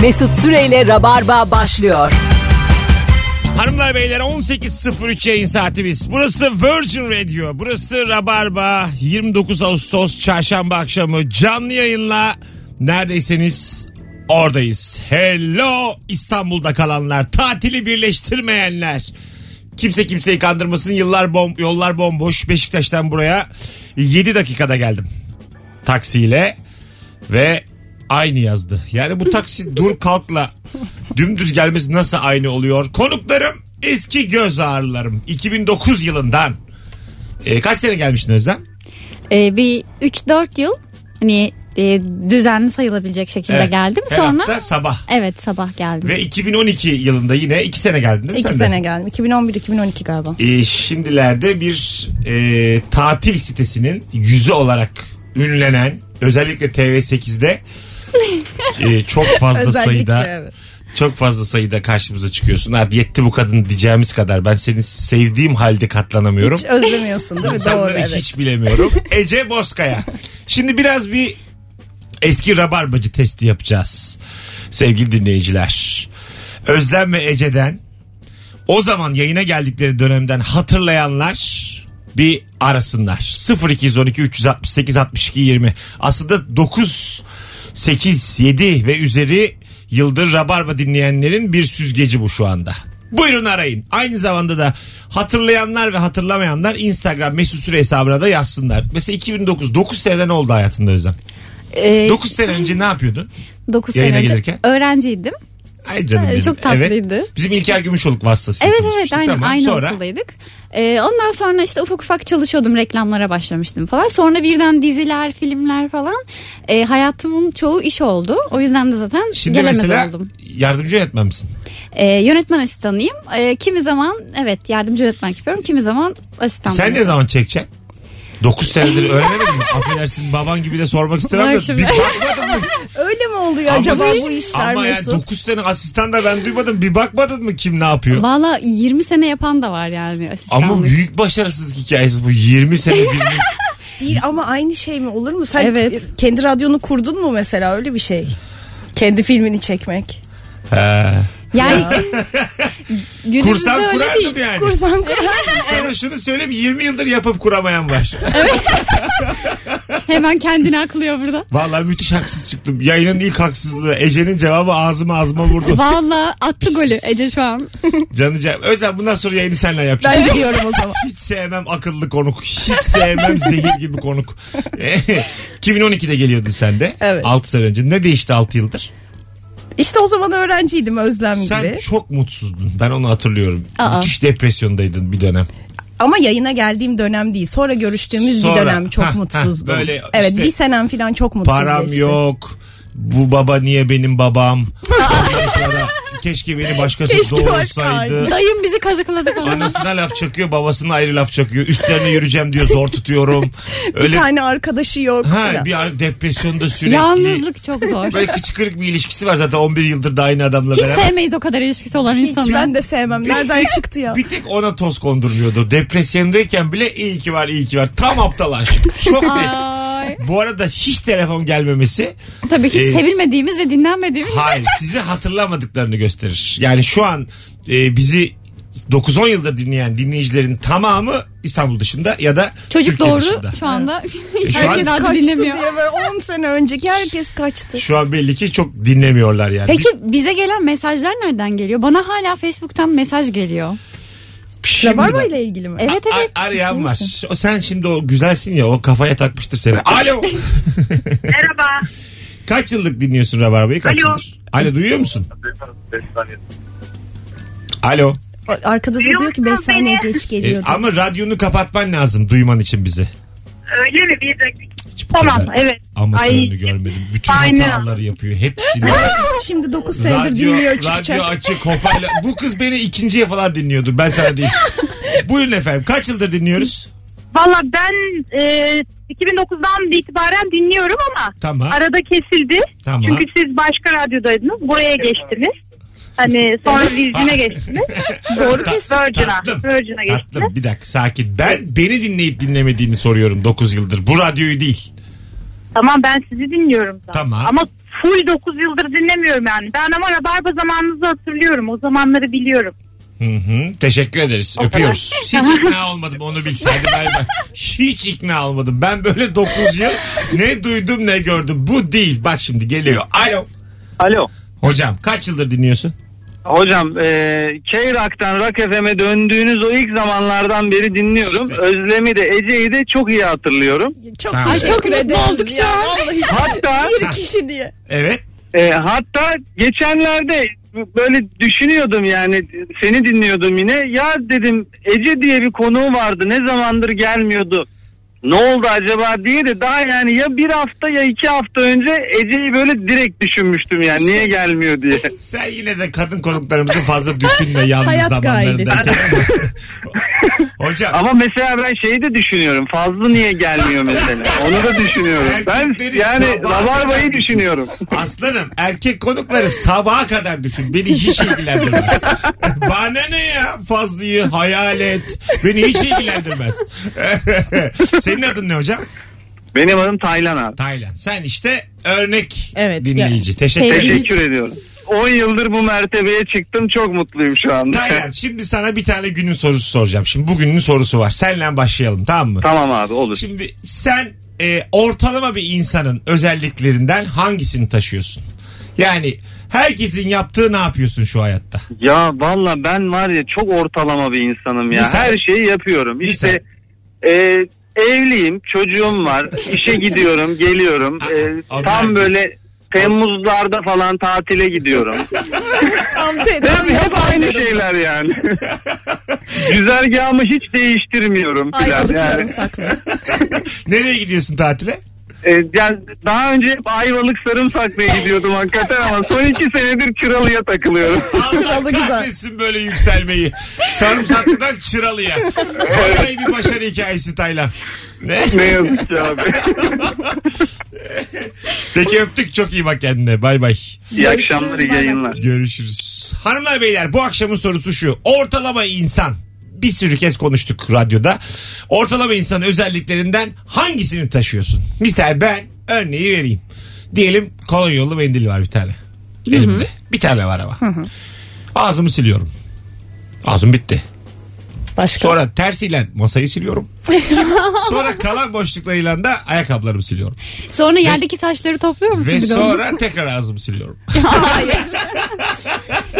Mesut Süreyle Rabarba başlıyor. Hanımlar beyler 18.03 yayın saatimiz. Burası Virgin Radio. Burası Rabarba. 29 Ağustos çarşamba akşamı canlı yayınla neredeyseniz oradayız. Hello İstanbul'da kalanlar, tatili birleştirmeyenler. Kimse kimseyi kandırmasın. Yıllar bom yollar bomboş. Beşiktaş'tan buraya 7 dakikada geldim. Taksiyle ve aynı yazdı. Yani bu taksi dur kalkla dümdüz gelmesi nasıl aynı oluyor? Konuklarım eski göz ağrılarım 2009 yılından. Ee, kaç sene gelmiştin Özlem? Ee, bir 3-4 yıl hani e, düzenli sayılabilecek şekilde Evet. geldim. Her Sonra hafta sabah. evet sabah geldim. Ve 2012 yılında yine 2 sene geldin değil mi İki sen de? sene geldim. 2011-2012 galiba. Ee, şimdilerde bir e, tatil sitesinin yüzü olarak ünlenen özellikle TV8'de e, çok fazla sayıda evet. çok fazla sayıda karşımıza çıkıyorsun. Artık yetti bu kadın diyeceğimiz kadar ben seni sevdiğim halde katlanamıyorum. Hiç özlemiyorsun değil mi? Doğru İnsanları evet. hiç bilemiyorum. Ece Bozkaya. Şimdi biraz bir eski rabarbacı testi yapacağız. Sevgili dinleyiciler. Özlem ve Ece'den o zaman yayına geldikleri dönemden hatırlayanlar bir arasınlar. 0212 368 62 20. Aslında 9 8 7 ve üzeri yıldır Rabarba dinleyenlerin bir süzgeci bu şu anda. Buyurun arayın. Aynı zamanda da hatırlayanlar ve hatırlamayanlar Instagram mesut süre hesabına da yazsınlar. Mesela 2009 9 seneden oldu hayatında Özlem. Ee, 9 sene önce ne yapıyordun? 9 sene yayına önce gelirken? öğrenciydim. Ay canım Ee, benim. çok tatlıydı. Evet. Bizim İlker Gümüşoluk vasıtasıyla Evet evet tanışmıştık. aynı, Tamam. aynı Sonra okuldaydık. Ee, ondan sonra işte ufak ufak çalışıyordum reklamlara başlamıştım falan. Sonra birden diziler filmler falan Ee, hayatımın çoğu iş oldu. O yüzden de zaten Şimdi gelemez mesela oldum. yardımcı yönetmen misin? E, Ee, yönetmen asistanıyım. Ee, kimi zaman evet yardımcı yönetmen yapıyorum. Kimi zaman asistan. Sen ne yapıyorum. zaman çekeceksin? 9 senedir öğrenemedin mi? Affedersin baban gibi de sormak istemem Bak de. şimdi. Bir bakmadın mı? Öyle mi oluyor Ama- acaba bu işler Ama yani Mesut? 9 sene asistan da ben duymadım. Bir bakmadın mı kim ne yapıyor? Valla 20 sene yapan da var yani asistanlık. Ama büyük başarısızlık hikayesi bu. 20 sene bildiğin. Değil ama aynı şey mi olur mu? Sen Evet. kendi radyonu kurdun mu mesela öyle bir şey? Kendi filmini çekmek. Ha. Yani günümüzde Kursan öyle kurardım değil. yani. Kursan kurar. Sana şunu söyleyeyim 20 yıldır yapıp kuramayan var. Hemen kendini aklıyor burada. Vallahi müthiş haksız çıktım. Yayının ilk haksızlığı. Ece'nin cevabı ağzıma ağzıma vurdu. Valla attı golü Ece şu an. Canı can. Özlem bundan sonra yayını senle yapacağız. ben gidiyorum o zaman. Hiç sevmem akıllı konuk. Hiç sevmem zehir gibi konuk. E, 2012'de geliyordun sen de. Evet. 6 sene önce. Ne değişti 6 yıldır? İşte o zaman öğrenciydim Özlem gibi. Sen çok mutsuzdun. Ben onu hatırlıyorum. Aa. Müthiş depresyondaydın bir dönem. Ama yayına geldiğim dönem değil. Sonra görüştüğümüz Sonra. bir dönem çok Hah, hah, mutsuzdum. böyle evet işte- bir senem falan çok mutsuzdu. Param işte. yok. Bu baba niye benim babam? Ondan sonra Keşke beni başkası Keşke başka doğursaydı. aile. Dayım bizi kazıkladı falan. Anasına laf çakıyor, babasına ayrı laf çakıyor. Üstlerine yürüyeceğim diyor, zor tutuyorum. Bir Öyle tane arkadaşı yok. ha, falan. bir ara depresyonda sürekli. Yalnızlık çok zor. Böyle kıçkırık bir ilişkisi var zaten 11 yıldır da aynı adamla Hiç beraber. sevmeyiz o kadar ilişkisi olan Hiç insanı. ben de sevmem. Nereden çıktı ya? Bir tek ona toz kondurmuyordu. Depresyondayken bile iyi ki var, iyi ki var. Tam aptal aşık. Çok net. Ay. Bu arada hiç telefon gelmemesi Tabii ki Ee, sevilmediğimiz ve dinlenmediğimiz. hayır sizi hatırlamadıklarını gösterir. Yani şu an e, bizi 9-10 yıldır dinleyen dinleyicilerin tamamı İstanbul dışında ya da Çocuk Türkiye doğru dışında. şu anda. şu an- Herkes Herkes kaçtı adı dinlemiyor. diye böyle 10 sene önceki herkes kaçtı. Şu an belli ki çok dinlemiyorlar yani. Peki bize gelen mesajlar nereden geliyor? Bana hala Facebook'tan mesaj geliyor. Şimdi Rabarba bak- ile ilgili mi? şey Evet evet. A- arayan ciddi var. misin? O sen şimdi o güzelsin ya o kafaya takmıştır seni. Alo. Merhaba. Kaç yıllık dinliyorsun Rabarba'yı? Kaç Alo. yıldır? Alo duyuyor musun? Alo. Arkada da diyor ki 5 Duyuyorsun beni. saniye geç E, geliyordu. ama radyonu kapatman lazım duyman için bizi. Öyle mi? Bir dakika. Hiç bu Tamam kadar evet. Amatörünü Ay. görmedim. Bütün Aynen. hataları yapıyor. Hepsini. Şimdi 9 senedir radyo, dinliyor radyo çıkacak. açık hoparlör. Bu kız beni ikinciye falan dinliyordu. Ben sana diyeyim. Buyurun efendim. Kaç yıldır dinliyoruz? Valla ben e, 2009'dan itibaren dinliyorum ama Tamam. arada kesildi. Tamam. Çünkü siz başka radyodaydınız. Buraya geçtiniz. Hani sonra Virgin'e geçtiniz. Doğru tespit. Virgin'a. Tatlım. Virgin'a geçtiniz. Tatlım bir dakika sakin. Ben beni dinleyip dinlemediğini soruyorum 9 yıldır. Bu radyoyu değil. Tamam ben sizi dinliyorum. zaten. Tamam. Ama full 9 yıldır dinlemiyorum yani. Ben ama Rabarba zamanınızı hatırlıyorum. O zamanları biliyorum. Hı hı. Teşekkür ederiz. Öpüyoruz. Hiç ikna olmadım onu bil. Hadi bay bay. Hiç ikna olmadım. Ben böyle 9 yıl ne duydum ne gördüm. Bu değil. Bak şimdi geliyor. Alo. Alo. Hocam kaç yıldır dinliyorsun? Hocam e, K-Rock'tan Rock FM'e döndüğünüz o ilk zamanlardan beri dinliyorum. Özlem'i de Ece'yi de çok iyi hatırlıyorum. Çok Tamam. teşekkür Ay, çok mutlu ederiz olduk ya. şu an. Vallahi Hatta bir kişi diye. Evet. e, hatta geçenlerde böyle düşünüyordum yani seni dinliyordum yine. Ya dedim Ece diye bir konuğu vardı ne zamandır gelmiyordu. Ne oldu acaba diye de daha yani ya bir hafta ya iki hafta önce Ece'yi böyle direkt düşünmüştüm yani niye gelmiyor diye. Sen yine de kadın konuklarımızı fazla düşünme yalnız Hayat zamanlarında. Hocam Ama mesela ben şeyi de düşünüyorum. Fazla niye gelmiyor mesela? Onu da düşünüyorum. Ben Erkekleri yani sabaha kadar- Rabarba'yı düşünüyorum. aslanım erkek konukları sabaha kadar düşün. Beni hiç ilgilendirmez. Bana ne ya fazlıyı hayal et. Beni hiç ilgilendirmez. Senin adın ne hocam? Benim adım Taylan abi. Taylan. Sen işte örnek Evet, dinleyici. Teşekkür Sevgili- ederim. Teşekkür ediyorum. 10 yıldır bu mertebeye çıktım. Çok mutluyum şu anda. Taylan şimdi sana bir tane günün sorusu soracağım. Şimdi bugünün sorusu var. Senle başlayalım tamam mı? tamam abi olur. Şimdi sen e, ortalama bir insanın özelliklerinden hangisini taşıyorsun? Yani herkesin yaptığı ne yapıyorsun şu hayatta? Ya valla ben var ya çok ortalama bir insanım ya. Misal. Her şeyi yapıyorum. Misal. İşte e, evliyim, çocuğum var, işe gidiyorum, geliyorum. E, Aa, onlar- tam böyle Temmuzlarda falan tatile gidiyorum. Tam te- tam Tabii hep yazan aynı şey diyorum. şeyler yani. Güzergahımı hiç değiştirmiyorum Ay filan balık yani. sarımsaklı. Nereye gidiyorsun tatile? Ee, yani daha önce hep Ayvalık sarımsaklıya gidiyordum hakikaten ama son iki senedir Çıralı'ya takılıyorum. Allah Çıralı güzel. kahretsin böyle yükselmeyi. Sarımsaklıdan çıralıya. Vallahi bir başarı hikayesi Taylan. Ne? ne yazık ki abi. Peki öptük çok iyi bak kendine. Bay bay. İyi akşamlar, iyi bay bay. yayınlar. Görüşürüz. Hanımlar beyler bu akşamın sorusu şu. Ortalama insan bir sürü kez konuştuk radyoda. Ortalama insanın özelliklerinden hangisini taşıyorsun? Misal ben örneği vereyim. Diyelim kolonyolu mendil var bir tane. Elimde. Bir tane var ama. Ağzımı siliyorum. Ağzım bitti. Başka. Sonra tersiyle masayı siliyorum. Sonra kalan boşluklarıyla da ayakkabılarımı siliyorum. Sonra yerdeki saçları topluyor musun? Ve bir de sonra tekrar ağzımı siliyorum. onu?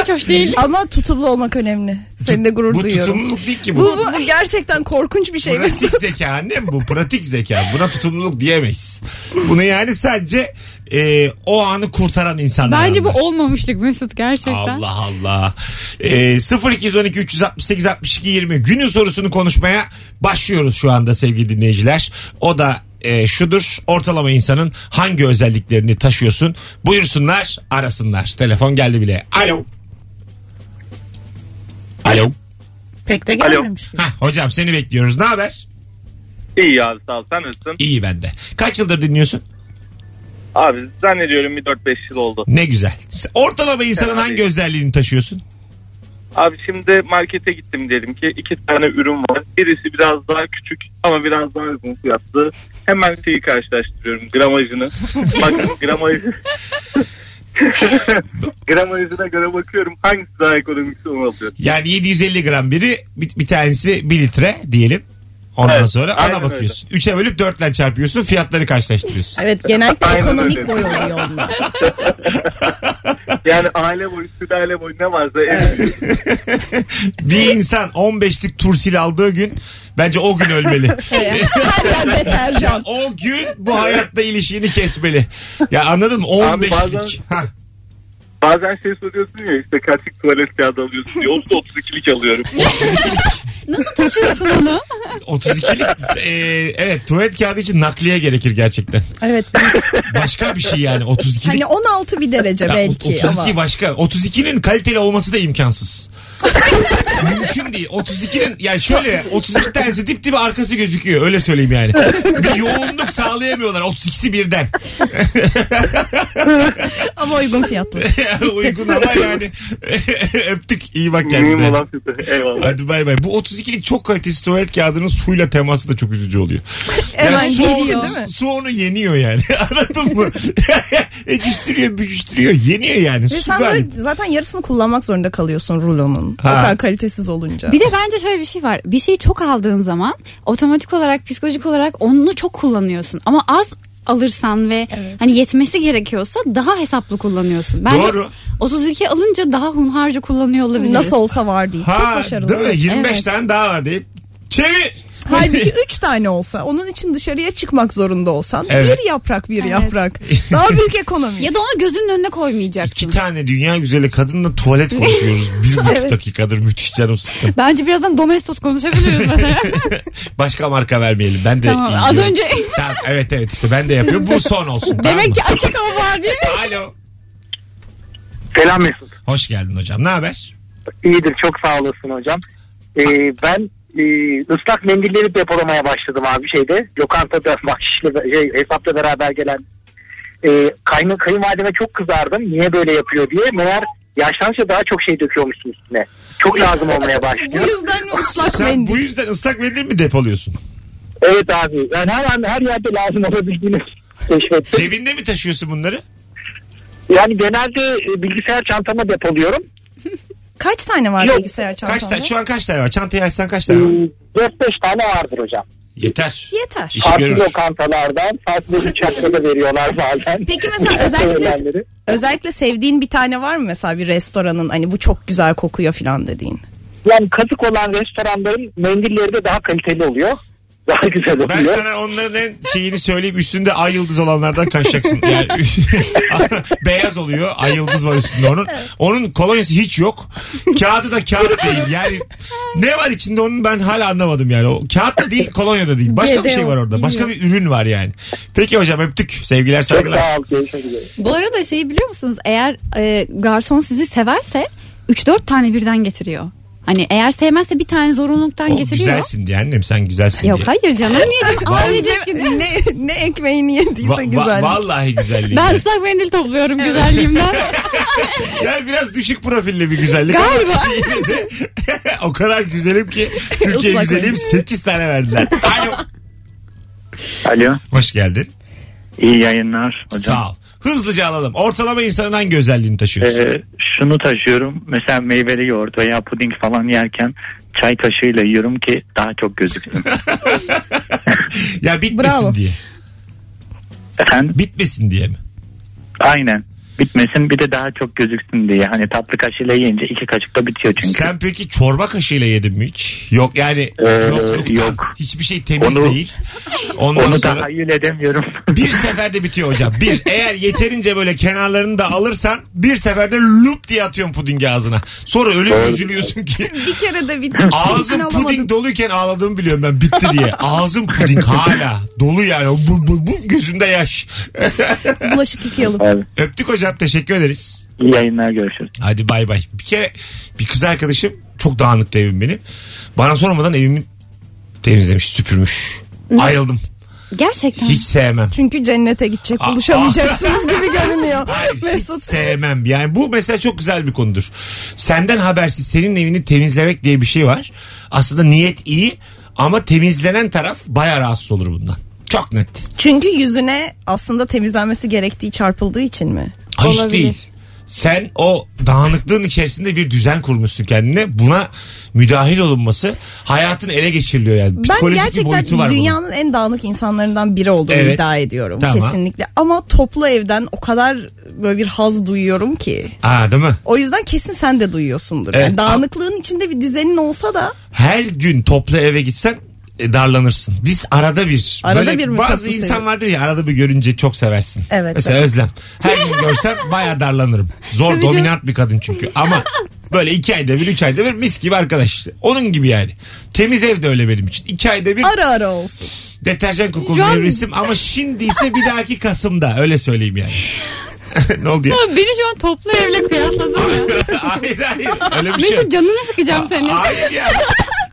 Hiç hoş değil. Ama tutumlu olmak önemli. Senin de gurur bu duyuyorum. tutumluluk değil ki bu. Bu, bu gerçekten korkunç bir şey. pratik zeka annem bu pratik zeka buna tutumluluk diyemeyiz bunu yani sadece e, o anı kurtaran insanlar Bence bu anlar. olmamışlık Mesut gerçekten. Allah Allah. E, 0212 368 62 20 günün sorusunu konuşmaya başlıyoruz şu anda sevgili dinleyiciler. O da e, şudur. Ortalama insanın hangi özelliklerini taşıyorsun? Buyursunlar, arasınlar. Telefon geldi bile. Alo. Alo. Pek de gelmemiş Hah, hocam seni bekliyoruz. Ne haber? İyi abi sağ ol. Sen nasılsın? İyi bende. Kaç yıldır dinliyorsun? Abi zannediyorum bir 4-5 yıl oldu. Ne güzel. Ortalama insanın Fena hangi değil. özelliğini taşıyorsun? Abi şimdi markete gittim diyelim ki iki tane ürün var. Birisi biraz daha küçük ama biraz daha uygun fiyatlı. Hemen şeyi karşılaştırıyorum gramajını. Bak gramaj... gramajına göre bakıyorum hangisi daha ekonomik onu alıyorum. Yani 750 gram biri bir, bir tanesi 1 litre diyelim. Ondan Evet, sonra aynen ona bakıyorsun. 3'e bölüp 4'le çarpıyorsun fiyatları karşılaştırıyorsun. Evet genellikle Aynen ekonomik öyle. boy oluyor onlar. Yani aile boyu, sülale boyu ne varsa en bir insan 15'lik tursil aldığı gün bence o gün ölmeli. Her yer deterjan. o gün bu hayatta ilişiğini kesmeli. Ya anladın mı? Abi 15'lik. bazen- Hah. Bazen şey soruyorsun ya işte kaçlık tuvalet kağıdı alıyorsun diye. Olsa 32'lik alıyorum. Nasıl taşıyorsun onu? 32'lik e, evet tuvalet kağıdı için nakliye gerekir gerçekten. Evet. Başka bir şey yani 32'lik. Hani 16 bir derece Ya, belki 32 ama. başka. 32'nin kaliteli olması da imkansız. Mümkün değil. 32'nin yani şöyle 32 tanesi dip dibi arkası gözüküyor. Öyle söyleyeyim yani. Bir yoğunluk sağlayamıyorlar 32'si birden. Ama uygun fiyatlı. Uygun ama yani. Öptük. iyi bak Mühim kendine. olan size. Eyvallah. Hadi bay bay. Bu 32'lik çok kalitesiz tuvalet kağıdının suyla teması da çok üzücü oluyor. Hemen su, onu, geliyor, değil mi? su onu yeniyor yani. Anladın mı? Ekiştiriyor, büküştürüyor. Yeniyor yani. Ve Su sen böyle galip. zaten yarısını kullanmak zorunda kalıyorsun rulonun. Ha. O kadar kalitesiz olunca. Bir de bence şöyle bir şey var. Bir şeyi çok aldığın zaman otomatik olarak psikolojik olarak onu çok kullanıyorsun. Ama az alırsan ve hani yetmesi gerekiyorsa daha hesaplı kullanıyorsun. Bence Doğru. 32 alınca daha hunharca kullanıyor olabiliriz. Nasıl olsa var değil. Çok Ha, başarılı. değil mi? 25 Evet. tane daha var deyip çevir. Halbuki 3 tane olsa onun için dışarıya çıkmak zorunda olsan Evet. bir yaprak bir yaprak. Daha büyük ekonomi. Ya da onu gözünün önüne koymayacaksın. İki tane dünya güzeli kadınla tuvalet konuşuyoruz. Bir buçuk dakikadır müthiş canım sıkkın. Bence birazdan domestos konuşabiliriz mesela. Başka marka vermeyelim. Ben de Tamam, iyi az diyorum. önce Tamam, evet evet işte ben de yapıyorum. Bu son olsun. demek ki tamam mı? açık hava var değil mi? Alo. Selam Mesut. Hoş geldin hocam. Ne haber? İyidir çok sağ olasın hocam. Ee, ben e, ıslak mendilleri depolamaya başladım abi şeyde. Lokantada bahşişle şey, hesapla beraber gelen e, kaynı, kayınvalideme çok kızardım. Niye böyle yapıyor diye. Meğer yaşlanınca daha çok şey döküyormuşsun üstüne. Çok lazım olmaya Bu başlıyor. yüzden mi ıslak Sen mendil? bu yüzden ıslak mendil mi depoluyorsun? Evet abi. Yani her an her yerde lazım olabildiğini keşfettim. Cebinde mi taşıyorsun bunları? Yani genelde e, bilgisayar çantama depoluyorum. Kaç tane var Yok. bilgisayar çantanda? Kaç tane? Şu an kaç tane var? Çantayı açsan kaç tane Ee, Hmm. var? 4-5 tane vardır hocam. Yeter. Yeter. İşi Farklı görür. lokantalardan farklı uçaklara veriyorlar bazen. Peki mesela Uçak özellikle severleri. özellikle sevdiğin bir tane var mı mesela bir restoranın hani bu çok güzel kokuyor falan dediğin? Yani kazık olan restoranların mendilleri de daha kaliteli oluyor. Daha güzel oluyor. Ben sana onların en şeyini söyleyeyim. Üstünde ay yıldız olanlardan kaçacaksın. Yani beyaz oluyor. Ay yıldız var üstünde onun. Onun kolonyası hiç yok. Kağıdı da kağıt değil. Yani ne var içinde onun ben hala anlamadım yani. O kağıt da değil, kolonya da değil. Başka bir Gede şey o, var orada. Başka bir ürün var yani. Peki hocam öptük. Sevgiler, Çok saygılar. sağ ol. Görüşmek üzere. Bu arada şeyi biliyor musunuz? Eğer e, garson sizi severse 3-4 tane birden getiriyor. Hani eğer sevmezse bir tane zorunluluktan O, getiriyor. güzelsin diye annem sen güzelsin Yok diye. hayır canım niye canım? Ailecek gibi. Ne, ne, ne ekmeğini yediyse Va- va- güzel. vallahi güzellik. Ben ıslak mendil topluyorum güzelliğimden. Yani biraz düşük profilli bir güzellik. Galiba. o kadar güzelim ki Türkiye Islak güzelim 8 tane verdiler. Alo. Alo. Hoş geldin. iyi yayınlar hocam. Sağ ol. Hızlıca alalım. Ortalama insanın hangi özelliğini taşıyorsun? Ee, şunu taşıyorum. Mesela meyveli yoğurt veya puding falan yerken çay kaşığıyla yiyorum ki daha çok gözüksün. ya bitmesin bravo. diye. Efendim? Bitmesin diye mi? Aynen. Bitmesin bir de daha çok gözüksün diye. Hani tatlı kaşığıyla yiyince iki kaşıkta bitiyor çünkü. Sen peki çorba kaşığıyla yedin mi hiç? Yok yani Ee, yokluktan. yok. Hiçbir şey temiz Onu- değil. Ondan Onu sonra tahayyül edemiyorum. bir seferde bitiyor hocam. Bir eğer yeterince böyle kenarlarını da alırsan bir seferde lup diye atıyorsun pudingi ağzına. Sonra öyle üzülüyorsun ki Bir kere de bir Ağzım puding doluyken ağladığımı biliyorum ben bitti diye. Ağzım puding hala dolu yani. Bu, bu, bu gözümde yaş. Bulaşık yıkayalım. Abi, Öptük hocam teşekkür ederiz. iyi yayınlar görüşürüz. Hadi bay bay. Bir kere bir kız arkadaşım çok dağınıktı evim benim. Bana sormadan evimi temizlemiş süpürmüş. Ayıldım. Gerçekten. Hiç sevmem. Çünkü cennete gidecek Aa, buluşamayacaksınız gibi görünüyor. Hayır, Mesut. Hiç sevmem. Yani bu mesela çok güzel bir konudur. Senden habersiz senin evini temizlemek diye bir şey var. Aslında niyet iyi ama temizlenen taraf baya rahatsız olur bundan. Çok net. Çünkü yüzüne aslında temizlenmesi gerektiği çarpıldığı için mi? Hayır Olabilir. değil. Sen o dağınıklığın içerisinde bir düzen kurmuşsun kendine. Buna müdahil olunması hayatın ele geçiriliyor yani. Ben Psikolojik bir boyutu var gerçekten bunun. dünyanın en dağınık insanlarından biri olduğumu Evet. iddia ediyorum Tamam. kesinlikle. Ama toplu evden o kadar böyle bir haz duyuyorum ki. Aa, değil mi? O yüzden kesin sen de duyuyorsundur. Evet. Yani dağınıklığın içinde bir düzenin olsa da Her gün toplu eve gitsen e, darlanırsın. Biz arada bir. Arada bir mi Bazı tatlı insan seviyorum? vardır ya arada bir görünce çok seversin. Evet, Mesela Özlem. Her gün görsem baya darlanırım. Zor dominant bir kadın çünkü. Ama böyle iki ayda bir üç ayda bir mis gibi arkadaş. Onun gibi yani. Temiz ev de öyle benim için. İki ayda bir ara ara olsun. Deterjan kokulu nevresim ama şimdi ise bir dahaki Kasım'da öyle söyleyeyim yani. ne oldu ya? Beni şu an toplu evle kıyasladın ya. Hayır hayır. Öyle bir şey yok. Mesut canını sıkacağım senin. Hayır ya.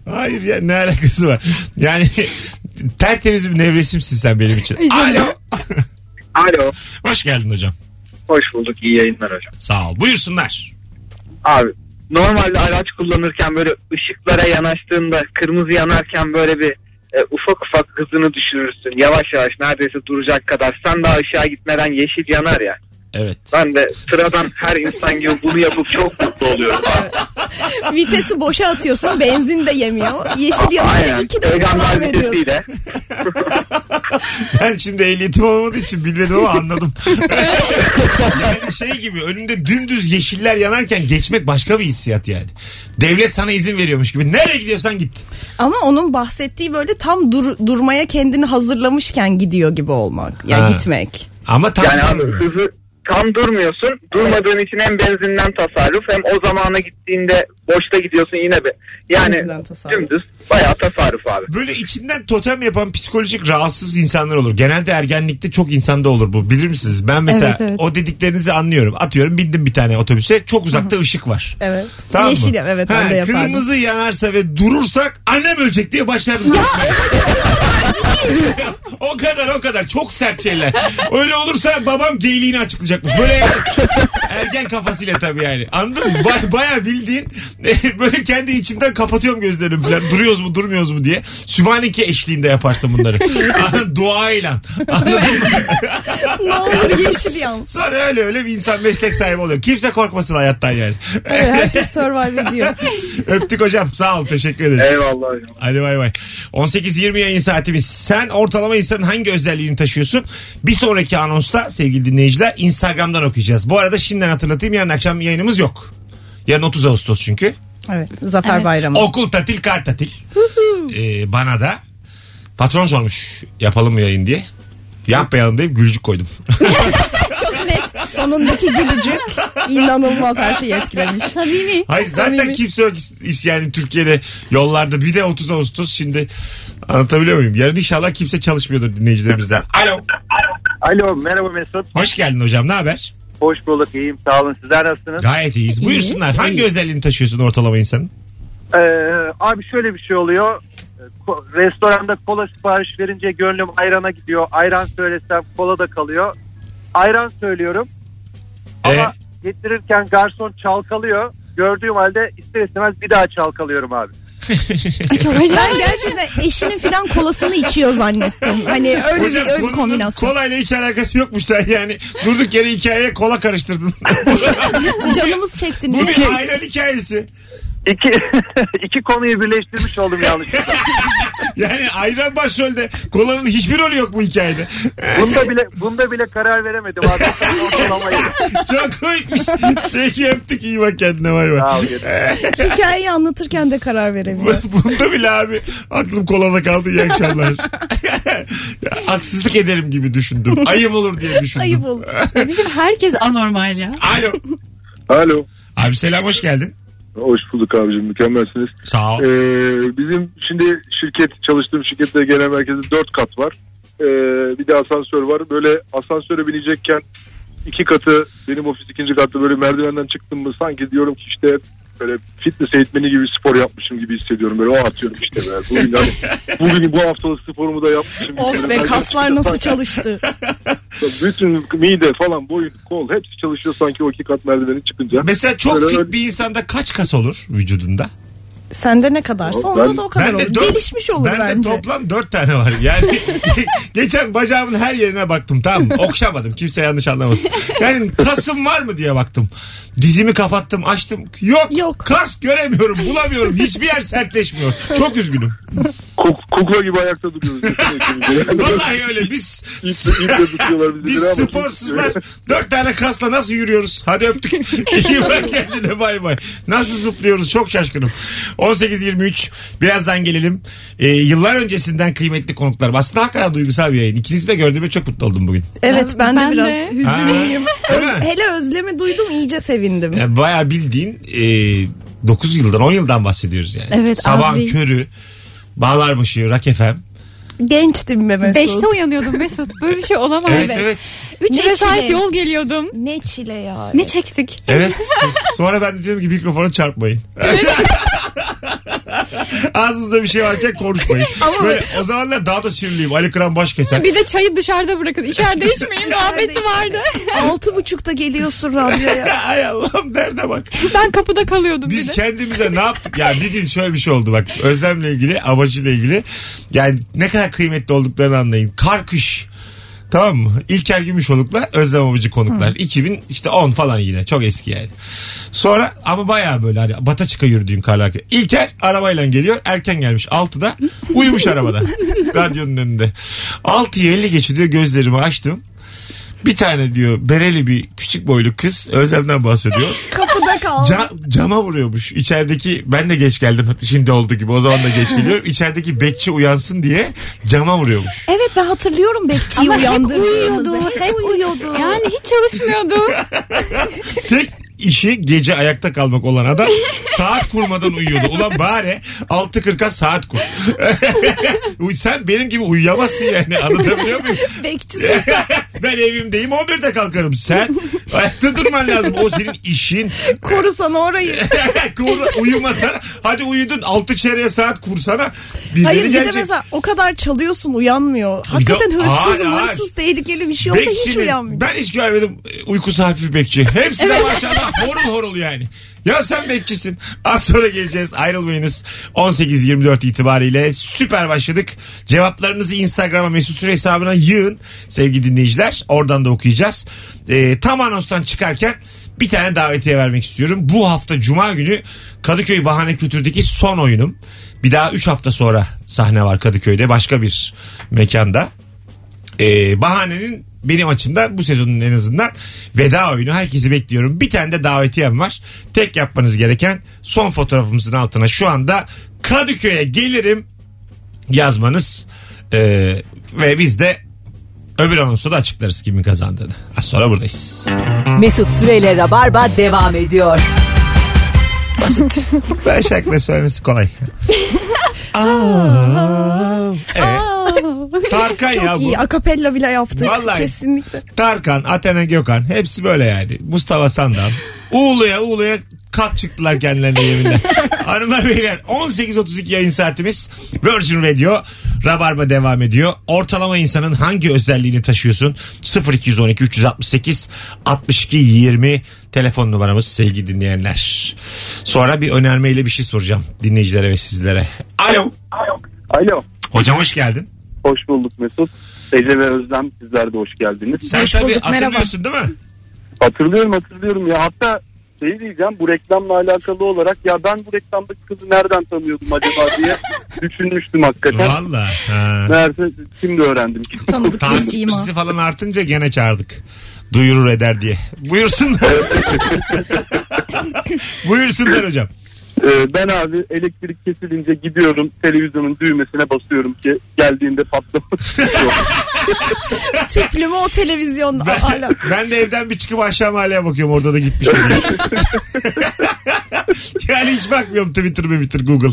Hayır ya ne alakası var? Yani tertemiz bir nevresimsin sen benim için. Alo. Alo. Hoş geldin hocam. Hoş bulduk. iyi yayınlar hocam. Sağ ol. Buyursunlar. Abi normalde araç kullanırken böyle ışıklara yanaştığında kırmızı yanarken böyle bir e, ufak ufak hızını düşürürsün. Yavaş yavaş neredeyse duracak kadar. Sen daha ışığa gitmeden yeşil yanar ya. Evet. Ben de sıradan her insan gibi bunu yapıp çok mutlu oluyorum. abi. Vitesi boşa atıyorsun benzin de yemiyor. Yeşil yanıyor. Aynen. iki de Peygamber devam ediyorsun. vitesiyle. Ben şimdi ehliyetim olmadığı için bilmedim ama anladım. yani şey gibi önünde dümdüz yeşiller yanarken geçmek başka bir hissiyat yani. Devlet sana izin veriyormuş gibi. Nereye gidiyorsan git. Ama onun bahsettiği böyle tam dur- durmaya kendini hazırlamışken gidiyor gibi olmak. Ya Ha. gitmek. Ama tam Yani abi hızı tam durmuyorsun. Durmadığın için hem benzinden tasarruf hem o zamana gittiğinde boşta gidiyorsun yine bir. Yani Benzinden tasarruf. dümdüz bayağı tasarruf abi. Böyle içinden totem yapan psikolojik rahatsız insanlar olur. Genelde ergenlikte çok insanda olur bu. Bilir misiniz? Ben mesela Evet, evet. o dediklerinizi anlıyorum. Atıyorum bindim bir tane otobüse. Çok uzakta ışık var. Evet. Tamam mı? Yeşil yan- evet Ha, ben de yapardım. Kırmızı yanarsa ve durursak annem ölecek diye başlardım. o kadar o kadar çok sert şeyler. Öyle olursa babam geyliğini açıklayacakmış. Böyle yani ergen kafasıyla tabii yani. Anladın mı? Ba- Baya bildiğin böyle kendi içimden kapatıyorum gözlerimi falan. Duruyoruz mu durmuyoruz mu diye. Sübhaneke eşliğinde yaparsın bunları. Anladın? Duayla. Anladın mı? ne olur yeşil yansın. Sonra öyle öyle bir insan meslek sahibi oluyor. Kimse korkmasın hayattan yani. Evet, herkes survive ediyor. Öptük hocam. Sağ ol. Teşekkür ederiz. Eyvallah hocam. Hadi bay bay. 18-20 yayın saatimiz. Sen ortalama insanın hangi özelliğini taşıyorsun? Bir sonraki anonsta sevgili dinleyiciler Instagram'dan okuyacağız. Bu arada şimdiden hatırlatayım yarın akşam yayınımız yok. Yarın 30 Ağustos çünkü. Evet. Zafer Bayramı. Okul tatil, kar tatil. Ee, bana da patron sormuş yapalım mı yayın diye. Yapmayalım deyip gülücük koydum. Çok net. Sonundaki gülücük inanılmaz her şey şeyi etkilemiş. Samimi. Hayır zaten Samimi. kimse yok iş- yani Türkiye'de yollarda. Bir de 30 Ağustos şimdi anlatabiliyor muyum? Yarın inşallah kimse çalışmıyordur dinleyicilerimizden. Alo. Alo merhaba Mesut. Hoş geldin hocam ne haber? Hoş bulduk iyiyim sağ olun. Sizler nasılsınız? Gayet iyiyiz. Buyursunlar. Hangi özelliğini taşıyorsun ortalama insanın? Ee, abi şöyle bir şey oluyor. Ko- Restoranda kola sipariş verince gönlüm ayrana gidiyor. Ayran söylesem kola da kalıyor. Ayran söylüyorum ama Ee, getirirken garson çalkalıyor. Gördüğüm halde ister istemez bir daha çalkalıyorum abi. Ay, çok Ben acayip. gerçekten eşinin filan kolasını içiyor zannettim. Hani öyle Ee, hocam bir öyle bir konunun kombinasyon. kolayla hiç alakası yokmuş sen yani. Durduk yere hikayeye kola karıştırdın. Canımız çekti Bu diye. bir ayran hikayesi. İki, iki konuyu birleştirmiş oldum yanlışlıkla. Yani ayran başrolde kolanın hiçbir rolü yok bu hikayede. Bunda bile bunda bile karar veremedim abi. Ortalamayı. Çok koymuş. Peki öptük iyi bak kendine bay Sağ bay. ol, Hikayeyi anlatırken de karar veremiyor. Bunda bile abi aklım kolada kaldı iyi akşamlar. Ya, haksızlık ederim gibi düşündüm. Ayıp olur diye düşündüm. Ayıp olur. Bizim herkes anormal ya. Alo. Alo. Abi selam hoş geldin. Hoş bulduk abicim mükemmelsiniz. Sağ ol. Ee, bizim şimdi şirket çalıştığım şirkette genel merkezde 4 kat var. Ee, bir de asansör var. Böyle asansöre binecekken iki katı benim ofis ikinci katta böyle merdivenden çıktım mı sanki diyorum ki işte böyle fitness eğitmeni gibi spor yapmışım gibi hissediyorum. Böyle o atıyorum işte böyle. Bugün, hani, bugün bu haftalık sporumu da yapmışım. Of be Merdivenden kaslar çıktım nasıl sanki. çalıştı. Bütün mide falan boyun kol hepsi çalışıyor sanki o iki kat merdiveni çıkınca. Mesela çok Böyle- fit bir insanda kaç kas olur vücudunda? Sende ne kadarsa onda Ben- da o kadar olur. dört- Gelişmiş olur ben bence. de toplam dört tane var. Yani geçen bacağımın her yerine baktım tamam mı? Okşamadım kimse yanlış anlamasın. Yani kasım var mı diye baktım. Dizimi kapattım açtım. Yok, Yok. kas göremiyorum bulamıyorum. Hiçbir yer sertleşmiyor. Çok üzgünüm. Kuk- kukla gibi ayakta duruyoruz. Vallahi öyle biz... İple- iple tutuyorlar bizi. Biz şey Ama çok- sporsuzlar dört tane kasla nasıl yürüyoruz? Hadi öptük. İyi bak kendine bay bay. Nasıl zıplıyoruz? Çok şaşkınım. 18-23 birazdan gelelim. Ee, yıllar öncesinden kıymetli konuklarım. Aslında hakikaten duygusal bir yayın. İkinizi de gördüğüme çok mutlu oldum bugün. Evet ben, Ben de biraz de. hüzünlüyüm. Ha. Öz- hele özlemi duydum iyice sevindim. Yani bayağı bildiğin e, 9 yıldan 10 yıldan bahsediyoruz yani. Evet, az Sabahın değil. körü, Bağlarbaşı, Rock FM. Gençtim be Mesut. Beşte uyanıyordum Mesut. Böyle bir şey olamaz. Evet evet. Evet. Evet. Üç Ne vesayet çile. yol geliyordum. Ne çile ya. Ne çektik? So- Sonra ben de dedim ki mikrofona çarpmayın. Ağzınızda bir şey varken konuşmayın. Böyle, o zamanlar daha da sinirliyim. Ali Kıran baş keser. Bir de çayı dışarıda bırakın. İçeride içmeyin. Muhabbeti vardı. içeride. Altı buçukta geliyorsun radyoya. Ay Allah'ım nerede bak. Ben kapıda kalıyordum Biz bir de. kendimize ne yaptık? Ya bir gün şöyle bir şey oldu bak. Özlem'le ilgili, amacıyla ilgili. Yani ne kadar kıymetli olduklarını anlayın. Karkış. Tamam mı? İlker Gümüşoluk'la Özlem Abacı konuklar. 2000 işte 10 falan yine. Çok eski yani. Sonra ama baya böyle hani bata çıka yürüdüğün karlar. İlker arabayla geliyor. Erken gelmiş 6'da. Uyumuş arabada. Radyonun önünde. 6'yı 50 geçiyor diyor. Gözlerimi açtım. Bir tane diyor bereli bir küçük boylu kız Özlem'den bahsediyor. Kapıda kaldım. Ca- cama vuruyormuş. İçerideki ben de geç geldim. Şimdi olduğu gibi o zaman da geç geliyorum. İçerideki bekçi uyansın diye cama vuruyormuş. Evet ben hatırlıyorum bekçiyi Ama hep uyandırdığımızı. uyuyordu, Hep uyuyordu. Yani hiç çalışmıyordu. Tek işi gece ayakta kalmak olan adam saat kurmadan uyuyordu. Ulan bari 6.40'a saat kur. Uy, Sen benim gibi uyuyamazsın yani anlatabiliyor muyum? Bekçisi ben evimdeyim 11'de kalkarım. Sen ayakta durman lazım. O senin işin. korusana orayı. Kur- Uyumasana. Hadi uyudun 6 çeyreğe saat kursana. Birileri Hayır bir de gelecek. mesela o kadar çalıyorsun uyanmıyor. Hakikaten Bir de- hırsız Hayır, hayır. hırsız tehlikeli bir şey olsa hiç Bekçinin- uyanmıyor. Ben hiç görmedim e, uykusu hafif bekçi. Hepsi de maşallah horul horul yani. Ya sen bekçisin. Az sonra geleceğiz. Ayrılmayınız. 18-24 itibariyle süper başladık. Cevaplarınızı Instagram'a mesut süre hesabına yığın sevgili dinleyiciler. Oradan da okuyacağız. E, tam anonstan çıkarken bir tane davetiye vermek istiyorum. Bu hafta Cuma günü Kadıköy Bahane Kültür'deki son oyunum. Bir daha 3 hafta sonra sahne var Kadıköy'de başka bir mekanda. Ee, bahanenin benim açımdan bu sezonun en azından veda oyunu herkesi bekliyorum. Bir tane de davetiyem var. Tek yapmanız gereken son fotoğrafımızın altına şu anda Kadıköy'e gelirim yazmanız Ee, ve biz de öbür anonsta da açıklarız kimin kazandığını. Az sonra buradayız. Mesut Süreyle Rabarba devam ediyor. Ben şarkıları söylemesi kolay. Aa, evet. Tarkan ya Çok bu. iyi akapella bile yaptık. Vallahi. Kesinlikle. Tarkan, Athena Gökhan hepsi böyle yani. Mustafa Sandal. Uğuluya uğuluya kat çıktılar kendilerine yeminle. Hanımlar beyler 18.32 yayın saatimiz Virgin Radio Rabarba devam ediyor. Ortalama insanın hangi özelliğini taşıyorsun? 0212 368 62 20 telefon numaramız sevgili dinleyenler. Sonra bir önermeyle bir şey soracağım dinleyicilere ve sizlere. Alo. Alo. Hocam hoş geldin. Hoş bulduk Mesut. Ece ve Özlem sizler de hoş geldiniz. Sen Hoş tabii bulduk, merhaba. hatırlıyorsun değil mi? Hatırlıyorum hatırlıyorum ya hatta şey diyeceğim bu reklamla alakalı olarak ya ben bu reklamdaki kızı nereden tanıyordum acaba diye düşünmüştüm hakikaten. Valla. ha. Meğerse şimdi öğrendim ki. Tanıdık bir sima. Takipçisi falan artınca gene çağırdık. Duyurur eder diye. Buyursunlar. Buyursunlar hocam. Ee, ben abi elektrik kesilince gidiyorum televizyonun düğmesine basıyorum ki geldiğinde patlamasın. Tüplü mü o televizyon? Ben, Hala. ben de evden bir çıkıp aşağı mahalleye bakıyorum. Orada da gitmiş. oluyor. yani hiç bakmıyorum Twitter, Twitter, Google.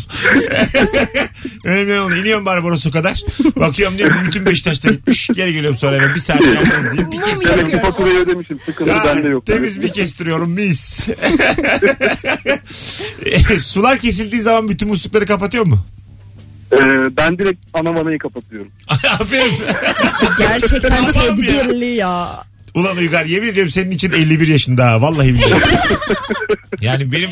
Önemli olan iniyorum Barbaros'u kadar. Bakıyorum diyorum ki bütün Beşiktaş'ta gitmiş. Geri geliyorum sonra eve bir saat yalnız diye. Bir kez Demek ki faturayı ödemişim sıkıntı Ya, bende yok. Temiz bir kestiriyorum mis. E, Sular kesildiği zaman bütün muslukları kapatıyor mu? Ee, ben direkt ana vanayı kapatıyorum. Aferin. Gerçekten Tamam ya. tedbirli ya. Ulan Uygar yemin ediyorum senin için 51 yaşında ha. Vallahi biliyorum. yani benim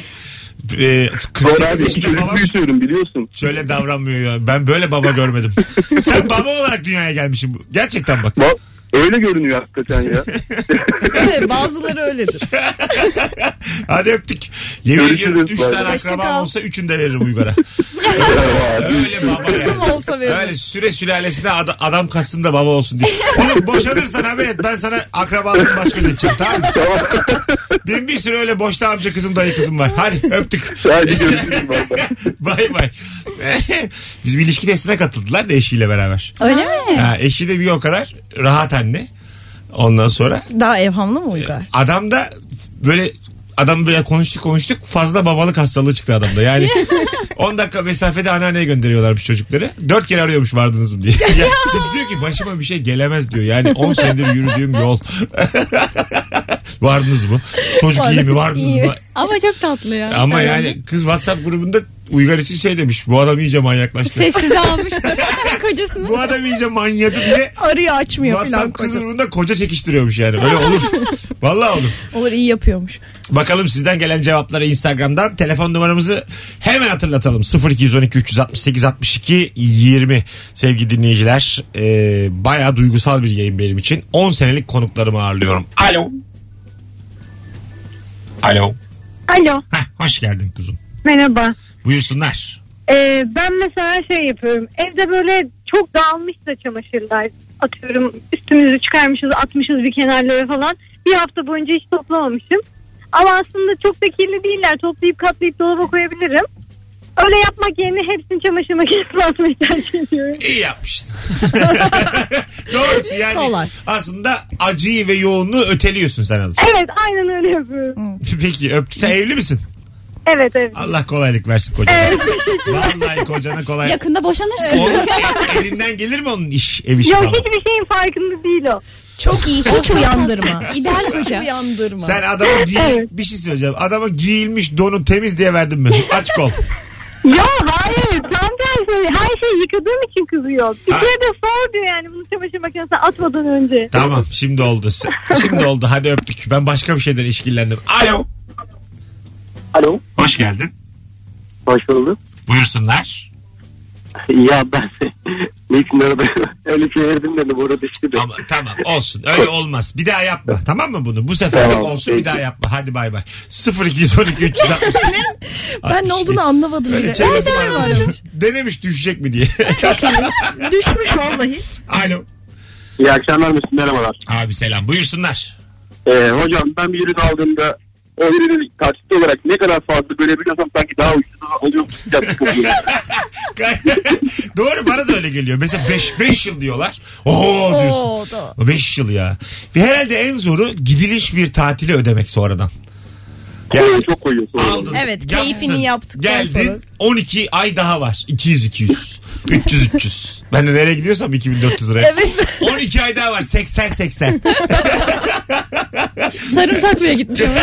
e, Doğru 48 abi yaşında çocuk babam büyütüyorum biliyorsun. şöyle davranmıyor ya. Ben böyle baba görmedim. Sen baba olarak dünyaya gelmişsin. Gerçekten bak. Ba- Öyle görünüyor hakikaten ya. Evet, bazıları öyledir. Hadi öptük. Yemin Görüşürüz. ediyorum 3 Bay tane bay. akrabam olsa 3'ünü de veririm Uygar'a. Öyle baba yani. Kızım olsa veririm. Öyle süre sülalesine ad- adam katsın da baba olsun diye. Oğlum boşanırsan haber et ben sana akrabalığın başka edeceğim tamam mı? Benim bir sürü öyle boşta amca kızım dayı kızım var. Hadi öptük. Hadi görüşürüz. bay bay. Bay bay. Biz bir ilişki testine katıldılar da eşiyle beraber. Öyle mi? Ha, eşi de bir o kadar rahat anne. Ondan sonra Daha evhamlı mı Uygar? adam da böyle Adam böyle konuştuk konuştuk fazla babalık hastalığı çıktı adamda. Yani 10 dakika mesafede anneanneye gönderiyorlarmış çocukları. 4 kere arıyormuş vardınız mı diye. Ya kız diyor ki başıma bir şey gelemez diyor. Yani 10 senedir yürüdüğüm yol. vardınız mı? Çocuk iyi mi? Vardınız İyi. mı? Ama çok tatlı ya. Ama yani kız WhatsApp grubunda Uygar için şey demiş. Bu adam iyice manyaklaştı. Sessiz almıştır kocasını. Bu adam iyice manyadı diye Arıyor açmıyor falan WhatsApp kız kocası. grubunda koca çekiştiriyormuş yani. Böyle olur. Vallahi olur. Olur iyi yapıyormuş. Bakalım sizden gelen cevapları Instagram'dan. Telefon numaramızı hemen hatırlatalım. 0212 368 62 20 sevgili dinleyiciler. Ee, bayağı duygusal bir yayın benim için. 10 senelik konuklarımı ağırlıyorum. Alo. Alo. Alo Heh, hoş geldin kuzum. merhaba. Buyursunlar. Ee, ben mesela şey yapıyorum. Evde böyle çok dağılmış da çamaşırlar. Atıyorum üstümüzü çıkarmışız atmışız bir kenarlara falan. Bir hafta boyunca hiç toplamamışım. Ama aslında çok da kirli değiller. Toplayıp katlayıp dolaba koyabilirim. Öyle yapmak yerine hepsini çamaşır makinesine atmayı tercih ediyorum. İyi yapmışsın. Doğrusu yani Kolay. aslında acıyı ve yoğunluğu öteliyorsun sen azıcık. Evet aynen öyle yapıyorum. Peki öp- sen evli misin? Evet evet. Allah kolaylık versin kocana. Vallahi kocana kolay. Yakında boşanırsın. Oğlum, e- elinden gelir mi onun iş, ev işi Yok falan? hiçbir şeyin farkında değil o. Çok iyi hiç uyandırma. İdeal Hiç koca. uyandırma. Sen adama giy- Evet. bir şey söyleyeceğim. Adama giyilmiş donu temiz diye verdin mi? Aç kol. Ya hayır tam tersi her şeyi yıkadığım için kızıyor. Bir Ha. kere de sor diyor yani bunu çamaşır makinesine atmadan önce. tamam şimdi oldu. Şimdi oldu. Hadi öptük. Ben başka bir şeyden işkillendim. Alo. Alo. Hoş geldin. Hoş bulduk. Buyursunlar. Ya ben ne için arada öyle çevirdim de orada düştü de. Ama, tamam olsun. Öyle olmaz. Bir daha yapma. Tamam mı bunu? Bu sefer Tamam, olsun bir peki. daha yapma. Hadi bay bay. 0212 360. ben ne olduğunu anlamadım Öyle bile. çevirdim Öyle şeyler varmış. varmış. şey- Denemiş düşecek mi diye. Çok iyi. Düşmüş vallahi. Alo. İyi akşamlar Mesut merhabalar. Abi selam. Buyursunlar. Ee, hocam ben bir ürün aldığımda o ürünün taksit olarak ne kadar fazla görebiliyorsam sanki daha ucuz oluyormuş. gibi. Doğru bana da öyle geliyor. Mesela 5 5 yıl diyorlar. Oo diyorsun. Oo, da. 5 yıl ya. Ve herhalde en zoru gidiliş bir tatili ödemek sonradan. Yani çok koyuyorsun. aldın. Evet, yaptın, keyfini yaptıktan geldin, sonra. 12 ay daha var. 200 200. 300 300. Ben de nereye gidiyorsam 2400 liraya. Evet. 12 ay daha var. 80 80. Sarımsaklıya gitmiş ama.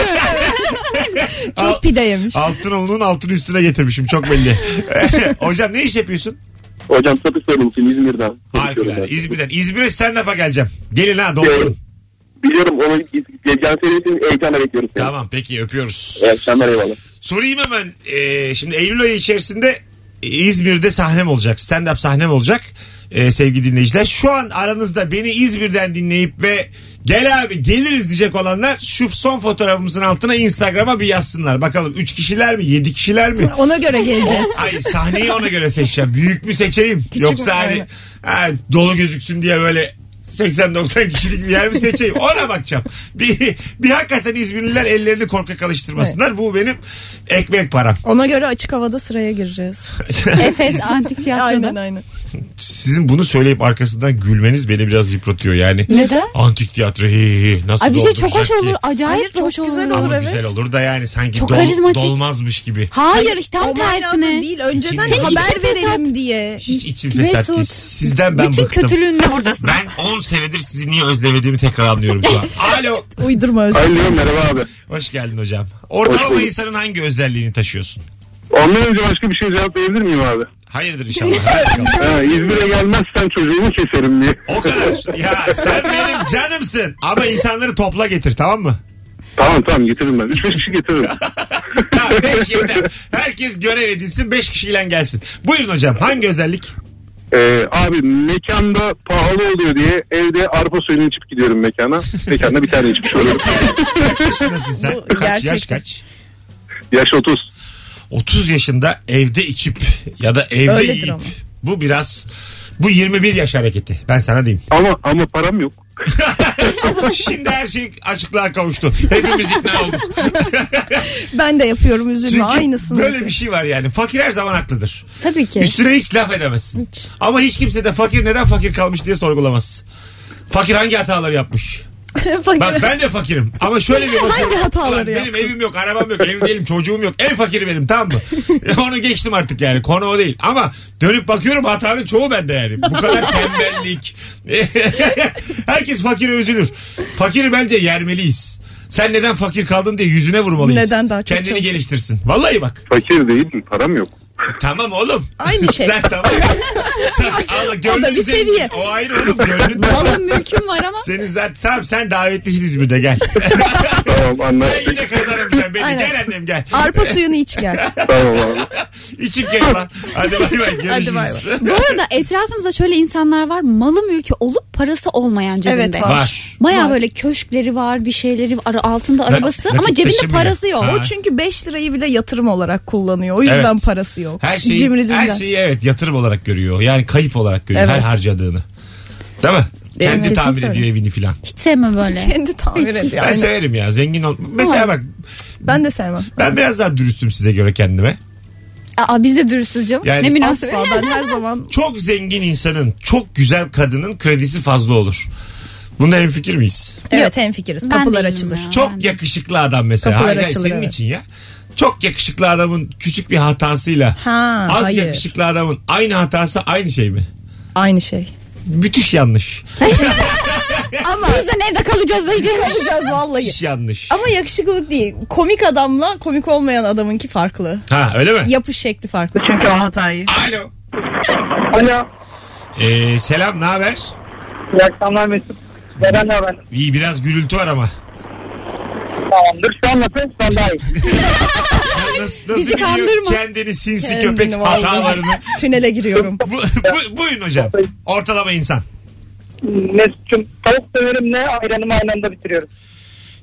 Al- Çok pide yemiş. altın olunun altın üstüne getirmişim. Çok belli. Hocam ne iş yapıyorsun? Hocam satış sorumlusuyum İzmir'den. Harikulade. İzmir'den. İzmir'e stand-up'a geleceğim. Gelin ha doldurun. Biliyorum onu geleceğin serisinin heyecanla bekliyoruz. seni. Tamam peki öpüyoruz. İyi akşamlar eyvallah. Sorayım hemen. Ee, şimdi Eylül ayı içerisinde e, İzmir'de sahnem olacak. Stand-up sahnem olacak. Ee, sevgili dinleyiciler. Şu an aranızda beni İzmir'den dinleyip ve gel abi geliriz diyecek olanlar şu son fotoğrafımızın altına Instagram'a bir yazsınlar. Bakalım 3 kişiler mi 7 kişiler mi? Ona göre geleceğiz. Ay sahneyi ona göre seçeceğim. Büyük mü seçeyim? mü? Yoksa hani ha, Aynen. dolu gözüksün diye böyle 80-90 kişilik bir yer mi seçeyim? Ona bakacağım. Bir, bir hakikaten İzmirliler ellerini korkak alıştırmasınlar. Bu benim ekmek param. Ona göre açık havada sıraya gireceğiz. Efes Antik Aynen Tiyatro'da. aynen. Sizin bunu söyleyip arkasından gülmeniz beni biraz yıpratıyor yani. Neden? Antik tiyatro hi hi hi, nasıl Ay bir şey çok dolduracak hoş olur. diye. Acayip Hayır, çok hoş olur. güzel olur. Ama evet. güzel olur da yani sanki Çok dol- karizmatik. dolmazmış gibi. Hayır tam O manada tersine. değil önceden Senin haber için verelim diye. Hiç içim fesat değil. Mesut. Sizden ben Bütün bıktım. kötülüğün de buradasın. Ben 10 senedir sizi niye özlemediğimi tekrar anlıyorum şu an. Alo. Uydurma özel. Alo merhaba abi. Hoş geldin hocam. Ortalama bulduk. insanın hangi özelliğini taşıyorsun? Ondan önce başka bir şey cevaplayabilir miyim abi? Hayırdır inşallah. Hadi bakalım. Ha, İzmir'e gelmezsen çocuğumu keserim diye. o kadar. Ya sen benim canımsın. Ama insanları topla getir tamam mı? Tamam tamam getiririm ben. 3-5 kişi getiririm. Ha, beş yeter. Herkes görev edilsin. Beş kişiyle gelsin. Buyurun hocam. Hangi özellik? Ee, abi mekanda pahalı oluyor diye evde arpa suyunu içip gidiyorum mekana. Mekanda bir tane içmiş oluyorum. Kaç yaşındasın sen? Bu Kaç yaş gerçekten. kaç? Yaş 30. 30 yaşında evde içip ya da evde Öyledir yiyip. ama. Bu biraz bu 21 yaş hareketi. Ben sana diyeyim. Ama ama param yok. Şimdi her şey açıklığa kavuştu. Hepimiz ikna olduk. Ben de yapıyorum üzülme Çünkü aynısını. böyle bir şey var yani. Fakir her zaman haklıdır. Tabii ki. Üstüne hiç laf edemezsin. Ama hiç kimse de fakir neden fakir kalmış diye sorgulamaz. Fakir hangi hataları yapmış? Bak ben de fakirim ama şöyle bir bakıyorum. Hangi hataları Ulan Benim yaptın? evim yok, arabam yok, ev değilim, çocuğum yok. En fakiri benim tamam mı? E, Onu geçtim artık yani konu o değil. Ama dönüp bakıyorum hatanın çoğu bende yani. Bu kadar tembellik. Herkes fakire üzülür. Fakiri bence yermeliyiz. Sen neden fakir kaldın diye yüzüne vurmalıyız. Neden daha çok Kendini çalışıyorsun? geliştirsin. Vallahi bak. Fakir değilim param yok. Tamam oğlum. Aynı şey. Sen tamam. Sen, Allah, gönlün bir zengin. seviye. O ayrı oğlum gönlün. Malım mülküm var ama Senin zaten tamam sen davetlisin İzmir'de gel. Tamam ben anlaştık. yine kazanırım sen beni. Aynen. Gel annem gel. Arpa suyunu iç gel. tamam abi. İçip gel lan. Hadi bay bay görüşürüz. Hadi bay bu arada etrafınızda şöyle insanlar var malı mülkü olup parası olmayan cebinde. Evet, var. Var. Baya Var. böyle köşkleri var bir şeyleri ara, altında arabası ama nakit cebinde taşımıyor. parası yok. Ha. O çünkü 5 lirayı bile yatırım olarak kullanıyor. O yüzden Evet. parası yok. Her şeyi, Cimriliğinden. her şeyi evet yatırım olarak görüyor. Yani kayıp olarak görüyor Evet. her harcadığını. Değil mi? Kendi kesinlikle tamir öyle. ediyor evini filan. Hiç sevmem böyle. Kendi tamir Hiç, hiç. ediyor. Ben Aynen. severim ya zengin ol. Mesela bak Ben de sevmem. ben biraz daha dürüstüm size göre kendime. Aa, biz de dürüstüz canım. Yani ne Asla münasebet. ben her zaman Çok zengin insanın çok güzel kadının kredisi fazla olur. Bunda en fikir miyiz? evet hemfikiriz. Ben Kapılar değilim açılır. ya. Çok yakışıklı adam mesela. Kapılar Hayır, hayır, açılır, senin evet. için ya. Çok yakışıklı adamın küçük bir hatasıyla Ha, az hayır. yakışıklı adamın aynı hatası aynı şey mi? Aynı şey. Müthiş yanlış. Ama Sen evde kalacağız diyeceğiz. yapacağız vallahi. Müthiş yanlış. Ama yakışıklılık değil. Komik adamla komik olmayan adamınki farklı. Ha öyle mi? Yapış şekli farklı. Çünkü o hatayı. Alo. Alo. Ee, selam ne haber? İyi akşamlar Mesut. Beren haber? İyi biraz gürültü var ama. Tamamdır. Şu an nasıl? Şu an daha iyi. Ya Nasıl, nasıl Bizi biliyor kandırma. kendini sinsi Kendini köpek vallahi. hatalarını? Ee, Tünele giriyorum. Bu, bu, buyurun hocam. Ortalama insan. Mesut'cum tavuk dönerimle ayranımı aynı anda bitiriyorum.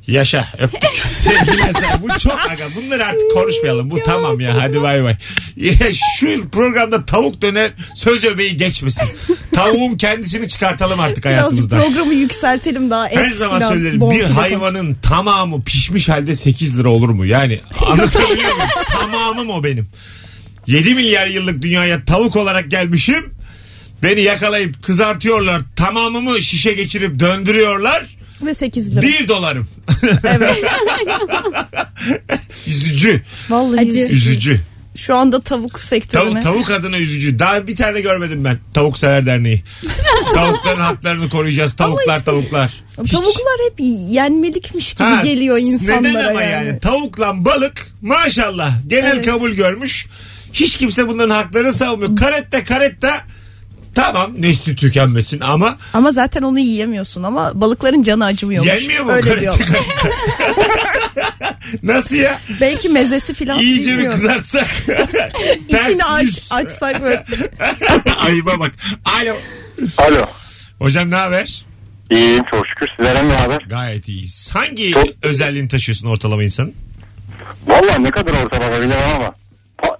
Yaşa öptük. Sevgiler sen. Bu çok aga. Bunları artık konuşmayalım. Bu tamam ya. Hadi bay bay. Ya Şu programda tavuk döner söz öbeği geçmesin. Tavuğun kendisini çıkartalım artık Birazcık hayatımızdan. programı yükseltelim daha. Her et zaman filan, söylerim bir bonfile konuş- hayvanın tamamı pişmiş halde 8 lira olur mu? Yani anlatabiliyor muyum? Tamamım o benim. 7 milyar yıllık dünyaya tavuk olarak gelmişim. Beni yakalayıp kızartıyorlar. Tamamımı şişe geçirip döndürüyorlar. Ve 8 lira. 1 dolarım. Evet. Üzücü. Vallahi Acı. üzücü. Üzücü. Şu anda tavuk sektörüne. Tavuk, tavuk adına üzücü. Daha bir tane görmedim ben. Tavuk Sever Derneği. Tavukların haklarını koruyacağız. Tavuklar işte- tavuklar. Hiç. Tavuklar hep yenmelikmiş gibi Ha, geliyor insanlara Neden ama yani? yani. Tavukla balık maşallah genel Evet. kabul görmüş. Hiç kimse bunların haklarını savunmuyor. Karetta karetta tamam nesli tükenmesin ama Ama zaten onu yiyemiyorsun ama balıkların canı acımıyormuş. yenmiyor mu Öyle karetta diyor. karetta? Nasıl ya? Belki mezesi filan İyice bir bilmiyorum. kızartsak. Ters İçini aç, yüz. açsak böyle. Ayıba bak. Alo. Alo. Hocam ne haber? İyiyim çok şükür. Sizlere ne haber? Gayet iyiyiz. Hangi Çok- özelliğini taşıyorsun ortalama insanın? Valla ne kadar ortalama bilemem ama pa-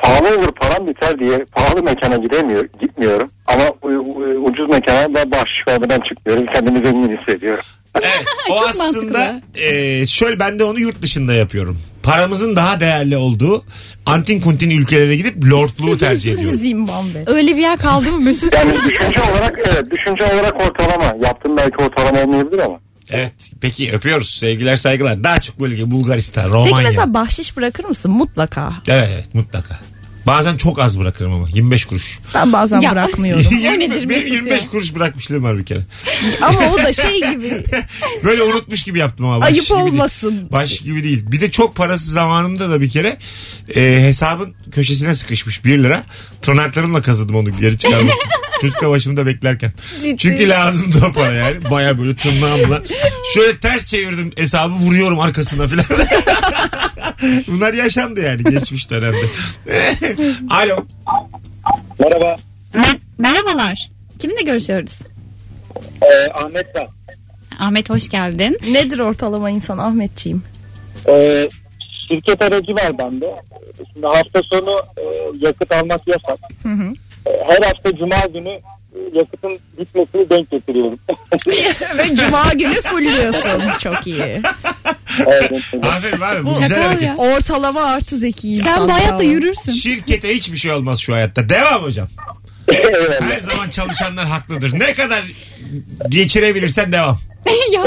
pahalı olur param biter diye pahalı mekana gidemiyor, gitmiyorum. Ama u- u- ucuz mekana da bahşiş vermeden çıkmıyorum. Kendimi zengin hissediyorum. Evet, o Çok aslında mantıklı. e, şöyle ben de onu yurt dışında yapıyorum. Paramızın daha değerli olduğu antin kuntin ülkelere gidip lordluğu tercih ediyorum. Zimbabwe. Öyle bir yer kaldı mı Mesut? Yani düşünce olarak evet, düşünce olarak ortalama. Yaptığım belki ortalama olmayabilir ama. Evet. Peki öpüyoruz. Sevgiler saygılar. Daha çok bölge Bulgaristan, Romanya. Peki mesela bahşiş bırakır mısın? Mutlaka. Evet, evet mutlaka. Bazen çok az bırakırım ama 25 kuruş. Ben bazen Ya. bırakmıyorum. O nedir Benim Mesut ya? 25 kuruş bırakmışlığım var bir kere. ama o da şey gibi. Böyle unutmuş gibi yaptım ama. baş Ayıp gibi değil. olmasın. Baş gibi değil. Bir de çok parası zamanımda da bir kere e, hesabın köşesine sıkışmış 1 lira. Tırnaklarımla kazıdım onu geri çıkarmak için. Çocukla başımda beklerken. Ciddi. Çünkü lazımdı o para yani. Baya böyle tırnağımla. Şöyle ters çevirdim hesabı vuruyorum arkasına falan. Bunlar yaşandı yani geçmiş dönemde. Alo. Merhaba. Merhabalar. Kiminle görüşüyoruz? Ee, Ahmet ben. Ahmet hoş geldin. Nedir ortalama insan Ahmetciğim? Ee, şirket aracı var bende. Şimdi hafta sonu e, yakıt almak yasak. Ee, Her hafta cuma günü e, yakıtın bitmesini denk getiriyorum. Ve cuma günü fullüyorsun. Çok iyi. Evet, evet. Aferin abi bu güzel Çakal hareket. ya. Ortalama artı zeki insan. Sen bu hayatta bravo. yürürsün. Şirkete hiçbir şey olmaz şu hayatta. Devam hocam. Eyvallah. Her zaman çalışanlar haklıdır. Ne kadar geçirebilirsen devam. ya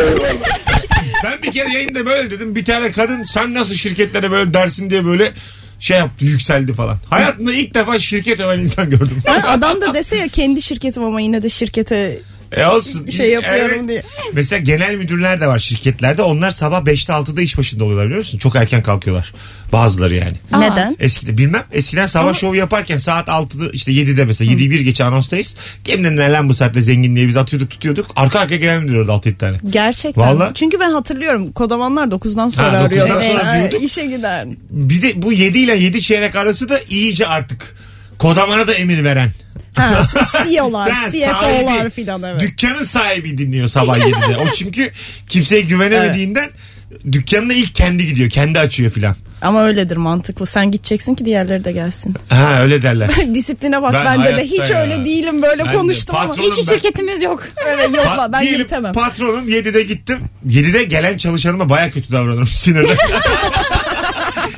Ben bir kere yayında böyle dedim. Bir tane kadın sen nasıl şirketlere böyle dersin diye böyle şey yaptı yükseldi falan. Hayatımda ilk defa şirket öven insan gördüm. Ha, adam da dese ya kendi şirketim ama yine de şirkete E olsun. Şey yapıyorum diye. Mesela genel müdürler de var şirketlerde. Onlar sabah 5'te 6'da iş başında oluyorlar biliyor musun? Çok erken kalkıyorlar. Bazıları yani. neden? Eskide bilmem eskiden sabah şovu yaparken saat 6'da işte 7'de mesela 7'yi 1 geçe anonstayız. Kimden ne lan bu saatte zenginliği biz atıyorduk tutuyorduk. Arka arkaya gelen müdür orada 6-7 tane. Gerçekten. Vallahi. Çünkü ben hatırlıyorum kodamanlar 9'dan Ha, sonra 9'dan arıyorlar. sonra Ha, diyorduk. işe gider. Bir de bu 7 ile 7 çeyrek arası da iyice artık. Kodamana da emir veren. Ha, E CEO'lar, Ben CFO'lar sahibi, filan evet. Dükkanın sahibi dinliyor sabah 7'de. O çünkü kimseye güvenemediğinden dükkanına ilk kendi gidiyor. Kendi açıyor filan. Ama öyledir mantıklı. Sen gideceksin ki diğerleri de gelsin. Ha öyle derler. Disipline bak Ben bende de hayatta hiç ya. öyle değilim böyle Ben de konuştum ama. patronum Hiç ben. şirketimiz yok. öyle yok lan, ben diyelim yürütemem. Patronum 7'de gittim. 7'de gelen çalışanıma baya kötü davranırım sinirden.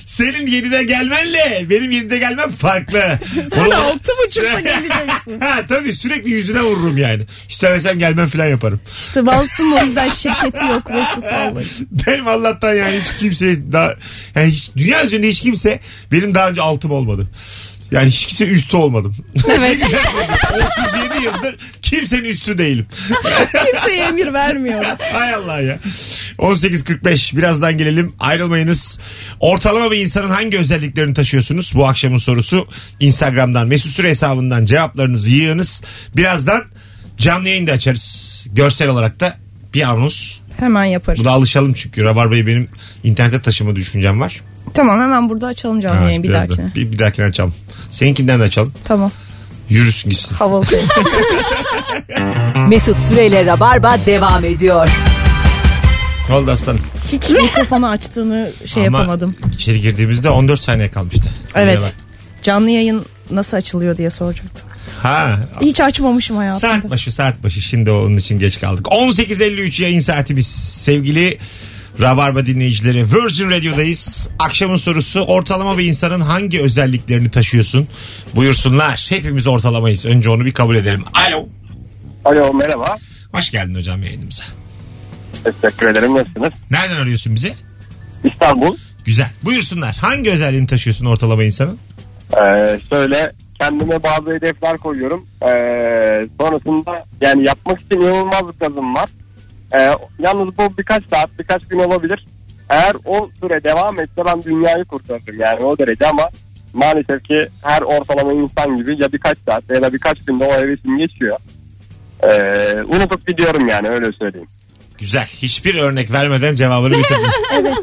Senin 7'de gelmenle benim 7'de gelmem farklı. Sen de Oralara- altı buçukta geleceksin. ha tabii sürekli yüzüne vururum yani. İstemesem gelmem falan yaparım. İşte Vans'ın o yüzden şirketi yok Mesut vallahi. Benim Allah'tan yani hiç kimse daha yani hiç, dünya üzerinde hiç kimse benim daha önce altım olmadı. Yani hiç kimse üstü olmadım. Evet. 37 yıldır kimsenin üstü değilim. Kimseye emir vermiyorum. Hay Allah ya. 18.45 birazdan gelelim ayrılmayınız. Ortalama bir insanın hangi özelliklerini taşıyorsunuz? Bu akşamın sorusu Instagram'dan Mesut Süre hesabından cevaplarınızı yığınız. Birazdan canlı yayında açarız. Görsel olarak da bir anons. Hemen yaparız. Buna alışalım çünkü Rabarba'yı benim internete taşıma düşüncem var. Tamam hemen burada açalım canlı Evet, yayın bir biraz da. dahakine. Bir, bir dahakine açalım. Seninkinden de açalım. Tamam. Yürüsün gitsin. Havalı. Mesut Süreyle Rabarba devam ediyor. Ne oldu aslanım? Hiç mikrofonu açtığını şey Ama yapamadım. İçeri girdiğimizde 14 saniye kalmıştı. Evet. Buraya bak. Canlı yayın nasıl açılıyor diye soracaktım. Ha. Hiç açmamışım hayatımda. Saat başı saat başı şimdi onun için geç kaldık. 18.53 yayın saatimiz sevgili Rabarba dinleyicileri Virgin Radio'dayız. Akşamın sorusu ortalama bir insanın hangi özelliklerini taşıyorsun? Buyursunlar. Hepimiz ortalamayız. Önce onu bir kabul edelim. Alo. Alo merhaba. Hoş geldin hocam yayınımıza. Teşekkür ederim. Nasılsınız? Nereden arıyorsun bizi? İstanbul. Güzel. Buyursunlar. Hangi özelliğini taşıyorsun ortalama insanın? Ee, şöyle kendime bazı hedefler koyuyorum. Ee, sonrasında yani yapmak için inanılmaz bir kazım var. Ee, yalnız bu birkaç saat, birkaç gün olabilir. Eğer o süre devam etse ben dünyayı kurtarırım yani o derece ama maalesef ki her ortalama insan gibi ya birkaç saat ya da birkaç günde o hevesim geçiyor. Ee, unutup gidiyorum yani öyle söyleyeyim. Güzel. Hiçbir örnek vermeden cevabını bitirdin.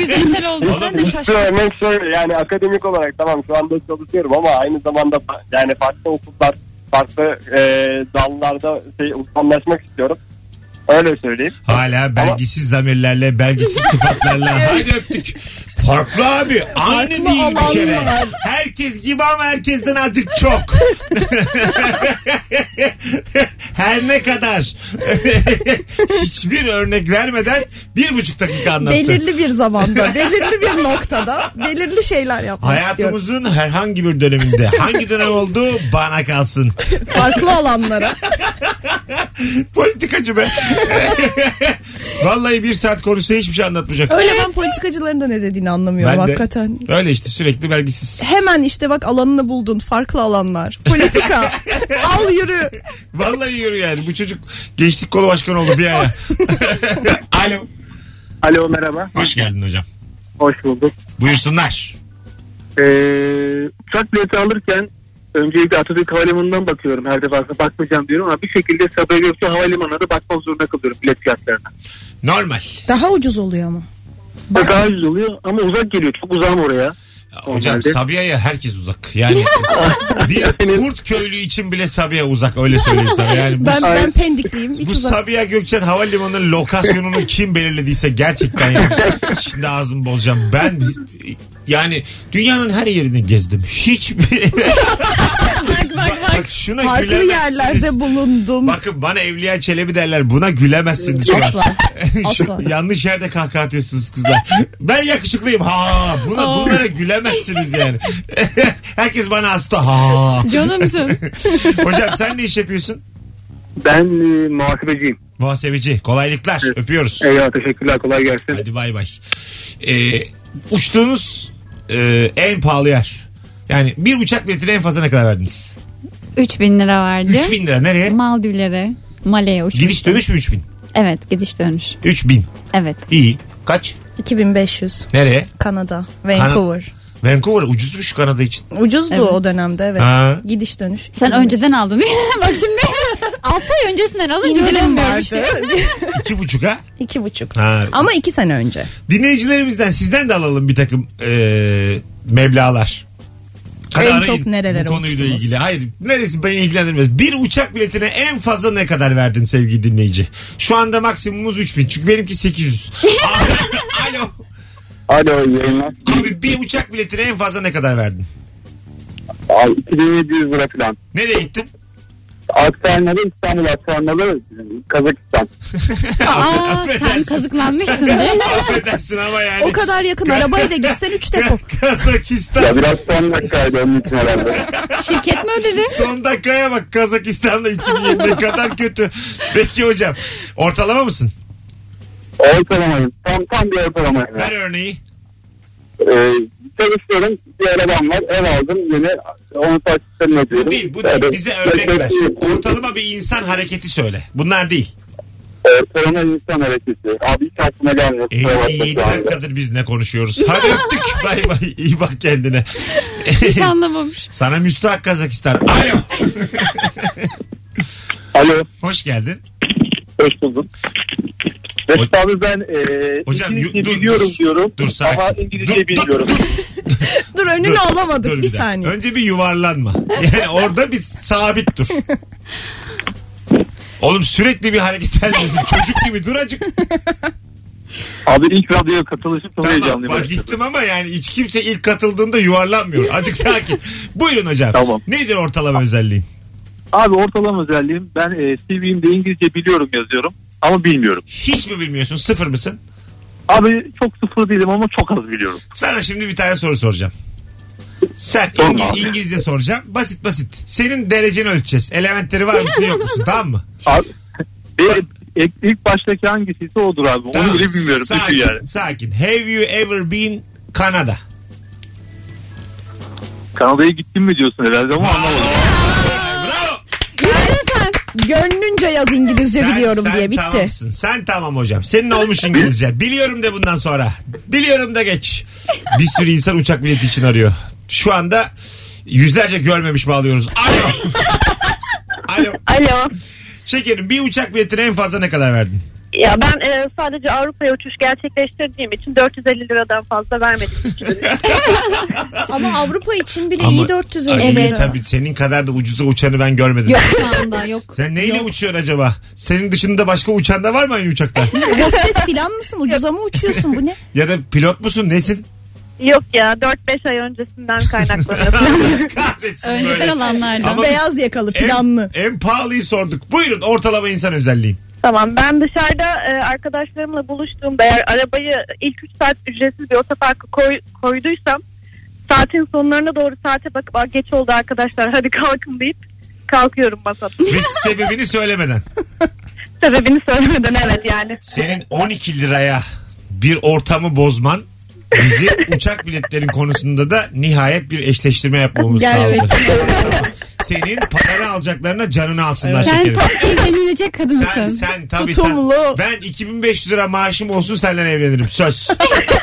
Yüzeysel oldu. Ben de Şu şaşırdım. örnek şöyle yani akademik olarak tamam şu anda çalışıyorum ama aynı zamanda fa- yani farklı okullar farklı e, dallarda şey, uzmanlaşmak istiyorum. Öyle söyleyeyim. Hala belgisiz zamirlerle, belgisiz sıfatlarla. Haydi öptük. Farklı abi. Aynı değil bir kere. Herkes gibi ama herkesten azıcık çok. Her ne kadar. Hiçbir örnek vermeden bir buçuk dakika anlattı. Belirli bir zamanda, belirli bir noktada belirli şeyler yapmak istiyorum. Hayatımızın herhangi bir döneminde hangi dönem oldu bana kalsın. Farklı alanlara. Politikacı be. Vallahi bir saat konuşsa hiçbir şey anlatmayacak. Öyle ben politikacıların da ne dediğini anlamıyorum Ben de- hakikaten. Öyle işte sürekli belgisiz. Hemen işte bak alanını buldun. Farklı alanlar. Politika. Al yürü. Vallahi yürü yani. Bu çocuk gençlik kolu başkanı oldu bir ara. Alo. Alo merhaba. Hoş geldin hocam. Hoş bulduk. Buyursunlar. Ee, uçak bileti alırken öncelikle Atatürk Havalimanı'ndan bakıyorum. Her defasında bakmayacağım diyorum ama bir şekilde Sabiha Gökçen Havalimanı'na da bakmak zorunda kalıyorum bilet fiyatlarına. Normal. Daha ucuz oluyor ama. Ve Daha ucuz oluyor ama uzak geliyor. Çok uzağım oraya. Hocam Normalde. Sabiha'ya herkes uzak. Yani bir Kurt köylü için bile Sabiha uzak öyle söyleyeyim sana. Yani bu, Ben ben pendikliyim. Hiç bu uzak. Sabiha Gökçen Havalimanı'nın lokasyonunu kim belirlediyse gerçekten yani. Şimdi ağzımı bozacağım. Ben yani dünyanın her yerini gezdim. Hiçbir... Bak, bak, bak. Bak şuna Farklı gülemezsiniz. yerlerde bulundum. Bakın bana Evliya Çelebi derler. Buna gülemezsiniz şu an. Asla. Şu- Asla. yanlış yerde kahkaha atıyorsunuz kızlar. Ben yakışıklıyım. Ha, buna bunlara gülemezsiniz yani. Herkes bana hasta. Ha. Canımsın. Hocam sen ne iş yapıyorsun? Ben e, muhasebeciyim. Muhasebeci. Kolaylıklar. Öpüyoruz. Eyvallah teşekkürler kolay gelsin. Hadi bay bay. Ee, uçtuğunuz e, en pahalı yer. Yani bir uçak biletine en fazla ne kadar verdiniz? 3000 lira verdi. 3000 lira. Nereye? Maldivlere. Male'ye uçmuş. Gidiş dönüş mü 3000? Evet gidiş dönüş. 3000. Evet. İyi. Kaç? 2500 Nereye? Kanada, Vancouver. Vancouver ucuzmuş Kanada için. Ucuzdu Evet. o dönemde evet. Ha. Gidiş dönüş. Sen önceden aldın değil mi? Bak şimdi 6 ay öncesinden alınca indirim ödemiyor vardı. işte. İki buçuk ha? İki buçuk. Ha. Ama iki sene önce. Dinleyicilerimizden sizden de alalım bir takım e, meblalar. Hadi En arayın çok nerelere bu konuyla uçtunuz? ilgili. Hayır neresi beni ilgilendirmez. Bir uçak biletine en fazla ne kadar verdin sevgili dinleyici? Şu anda maksimumumuz 3000 çünkü benimki 800. Abi, Alo. Alo iyi yayınlar. Abi bir uçak biletine en fazla ne kadar verdin? Abi, 2700 lira falan. Nereye gittin? Aktarmalı İstanbul aktarmalı Kazakistan. Aa sen kazıklanmışsın değil mi? Affedersin ama yani. O kadar yakın arabayla gitsen 3 depo. Kazakistan. Ya biraz son dakikaydı onun için herhalde. Şirket mi ödedi? Son dakikaya bak Kazakistan'da 2007'de kadar kötü. Peki hocam ortalama mısın? Ortalamayım. Tam tam bir ortalamayım. Ver Yani. örneği. Ee, çalışıyorum. Bir arabam var. Ev aldım. Yeni onu taksitlerini ödüyorum. Bu değil bu değil. Evet. Bize örnek ver. Bekleyici- Ortalama bir insan hareketi söyle. Bunlar değil. Ortalama Ee, insan hareketi. Abi hiç aklıma gelmiyor. En Kusura bakma şu iyi anda. dakikadır biz ne konuşuyoruz. Hadi öptük. Bay bay. İyi bak kendine. Hiç Şey- anlamamış. Sana müstahak Kazakistan. Alo. Alo. Hoş geldin. Hoş bulduk. Mesut abi ben e, Hocam, İngilizce yu- dur, biliyorum dur. diyorum. Dur, sakin. Ama İngilizce Dur, dur, bilmiyorum. Dur önünü alamadık Dur bir dakika. saniye. Önce bir yuvarlanma. Yani orada bir sabit dur. Oğlum sürekli bir hareket haldesin. Çocuk gibi dur acık. Abi ilk radyoya katılışım çok Tamam fark gittim ama yani hiç kimse ilk katıldığında yuvarlanmıyor. Acık sakin. Buyurun hocam. Tamam. Nedir ortalama özelliğin? Abi ortalama özelliğim ben e, CV'imde İngilizce biliyorum yazıyorum ama bilmiyorum. Hiç mi bilmiyorsun? Sıfır mısın? Abi çok sıfır değilim ama çok az biliyorum. Sana şimdi bir tane soru soracağım. Sen Sorma İngi- abi. İngilizce soracağım. Basit basit. Senin dereceni ölçeceğiz. Elementleri var mısın yok musun? Tamam mı? Abi, e, e, ilk baştaki hangisiyse odur abi. Onu Tamam. bile bilmiyorum. Sakin, Bütün yani. sakin. Have you ever been Kanada? Kanada'ya gittin mi diyorsun herhalde ama anlamadım. Bravo. Gönlünce yaz İngilizce Sen- biliyorum sen diye bitti. Tamamsın. Sen tamam hocam. Senin olmuş İngilizce. Biliyorum de bundan sonra. Biliyorum da geç. Bir sürü insan uçak bileti için arıyor. Şu anda yüzlerce görmemiş bağlıyoruz. Alo. Alo. Alo. Şekerim bir uçak biletine en fazla ne kadar verdin? Ya ben e, sadece Avrupa'ya uçuş gerçekleştirdiğim için 450 liradan fazla vermedim. Ama Avrupa için bile Ama- iyi 450 Ay, iyi lira. Tabii senin kadar da ucuza uçanı ben görmedim. Yok şu anda yok. Sen neyle uçuyorsun acaba? Senin dışında başka uçan da var mı aynı uçakta? Hostes filan mısın? Ucuza mı uçuyorsun? Bu ne? ya da pilot musun? Nesin? Yok ya 4-5 ay öncesinden kaynaklanıyor. Kahretsin Önceden böyle. olanlardan. Ama biz Beyaz yakalı en- planlı. En, pahalıyı sorduk. Buyurun ortalama insan özelliğin. Tamam ben dışarıda e, arkadaşlarımla buluştuğumda eğer arabayı ilk 3 saat ücretsiz bir otoparka koy, koyduysam saatin sonlarına doğru saate bakıp "Aa, geç oldu arkadaşlar hadi kalkın deyip kalkıyorum masadan. Ve sebebini söylemeden. Sebebini söylemeden evet yani. Senin 12 liraya bir ortamı bozman bizi uçak biletlerin konusunda da nihayet bir eşleştirme yapmamız sağladı. Senin paranı alacaklarına canını alsınlar Sen şekerim. tam evlenilecek Sen, kadınsın. sen tabii Tutumlu. ta- ben 2500 lira maaşım olsun senden evlenirim söz.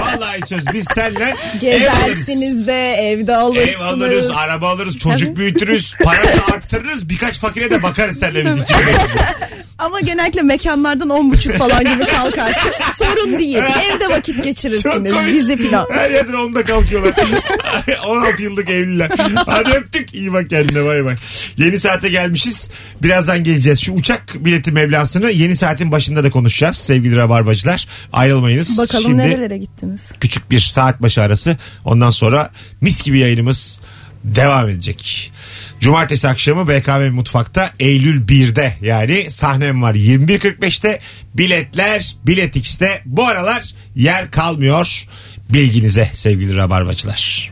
Vallahi söz biz senle Gezersiniz de evde Ev alırız, alırsınız. araba alırız, çocuk büyütürüz, para da arttırırız. Birkaç fakire de bakarız senle biz iki Ama genellikle mekanlardan 10.30 falan gibi kalkarsınız. Sorun değil. Evde vakit Çok geçirirsiniz. komik. Dizi filan. Her yerden onda kalkıyorlar. 16 yıllık evliler. Hadi öptük. İyi bak kendine bay bay. Yeni saate gelmişiz. Birazdan geleceğiz. Şu uçak bileti meblasını yeni saatin başında da konuşacağız sevgili rabarbacılar. Ayrılmayınız. Bakalım Şimdi nerelere gittiniz? küçük bir saat başı arası. Ondan sonra mis gibi yayınımız devam edecek. Cumartesi akşamı BKM Mutfak'ta Eylül 1'de yani sahnem var 21.45'te biletler Bilet X'te bu aralar yer kalmıyor bilginize sevgili rabarbacılar.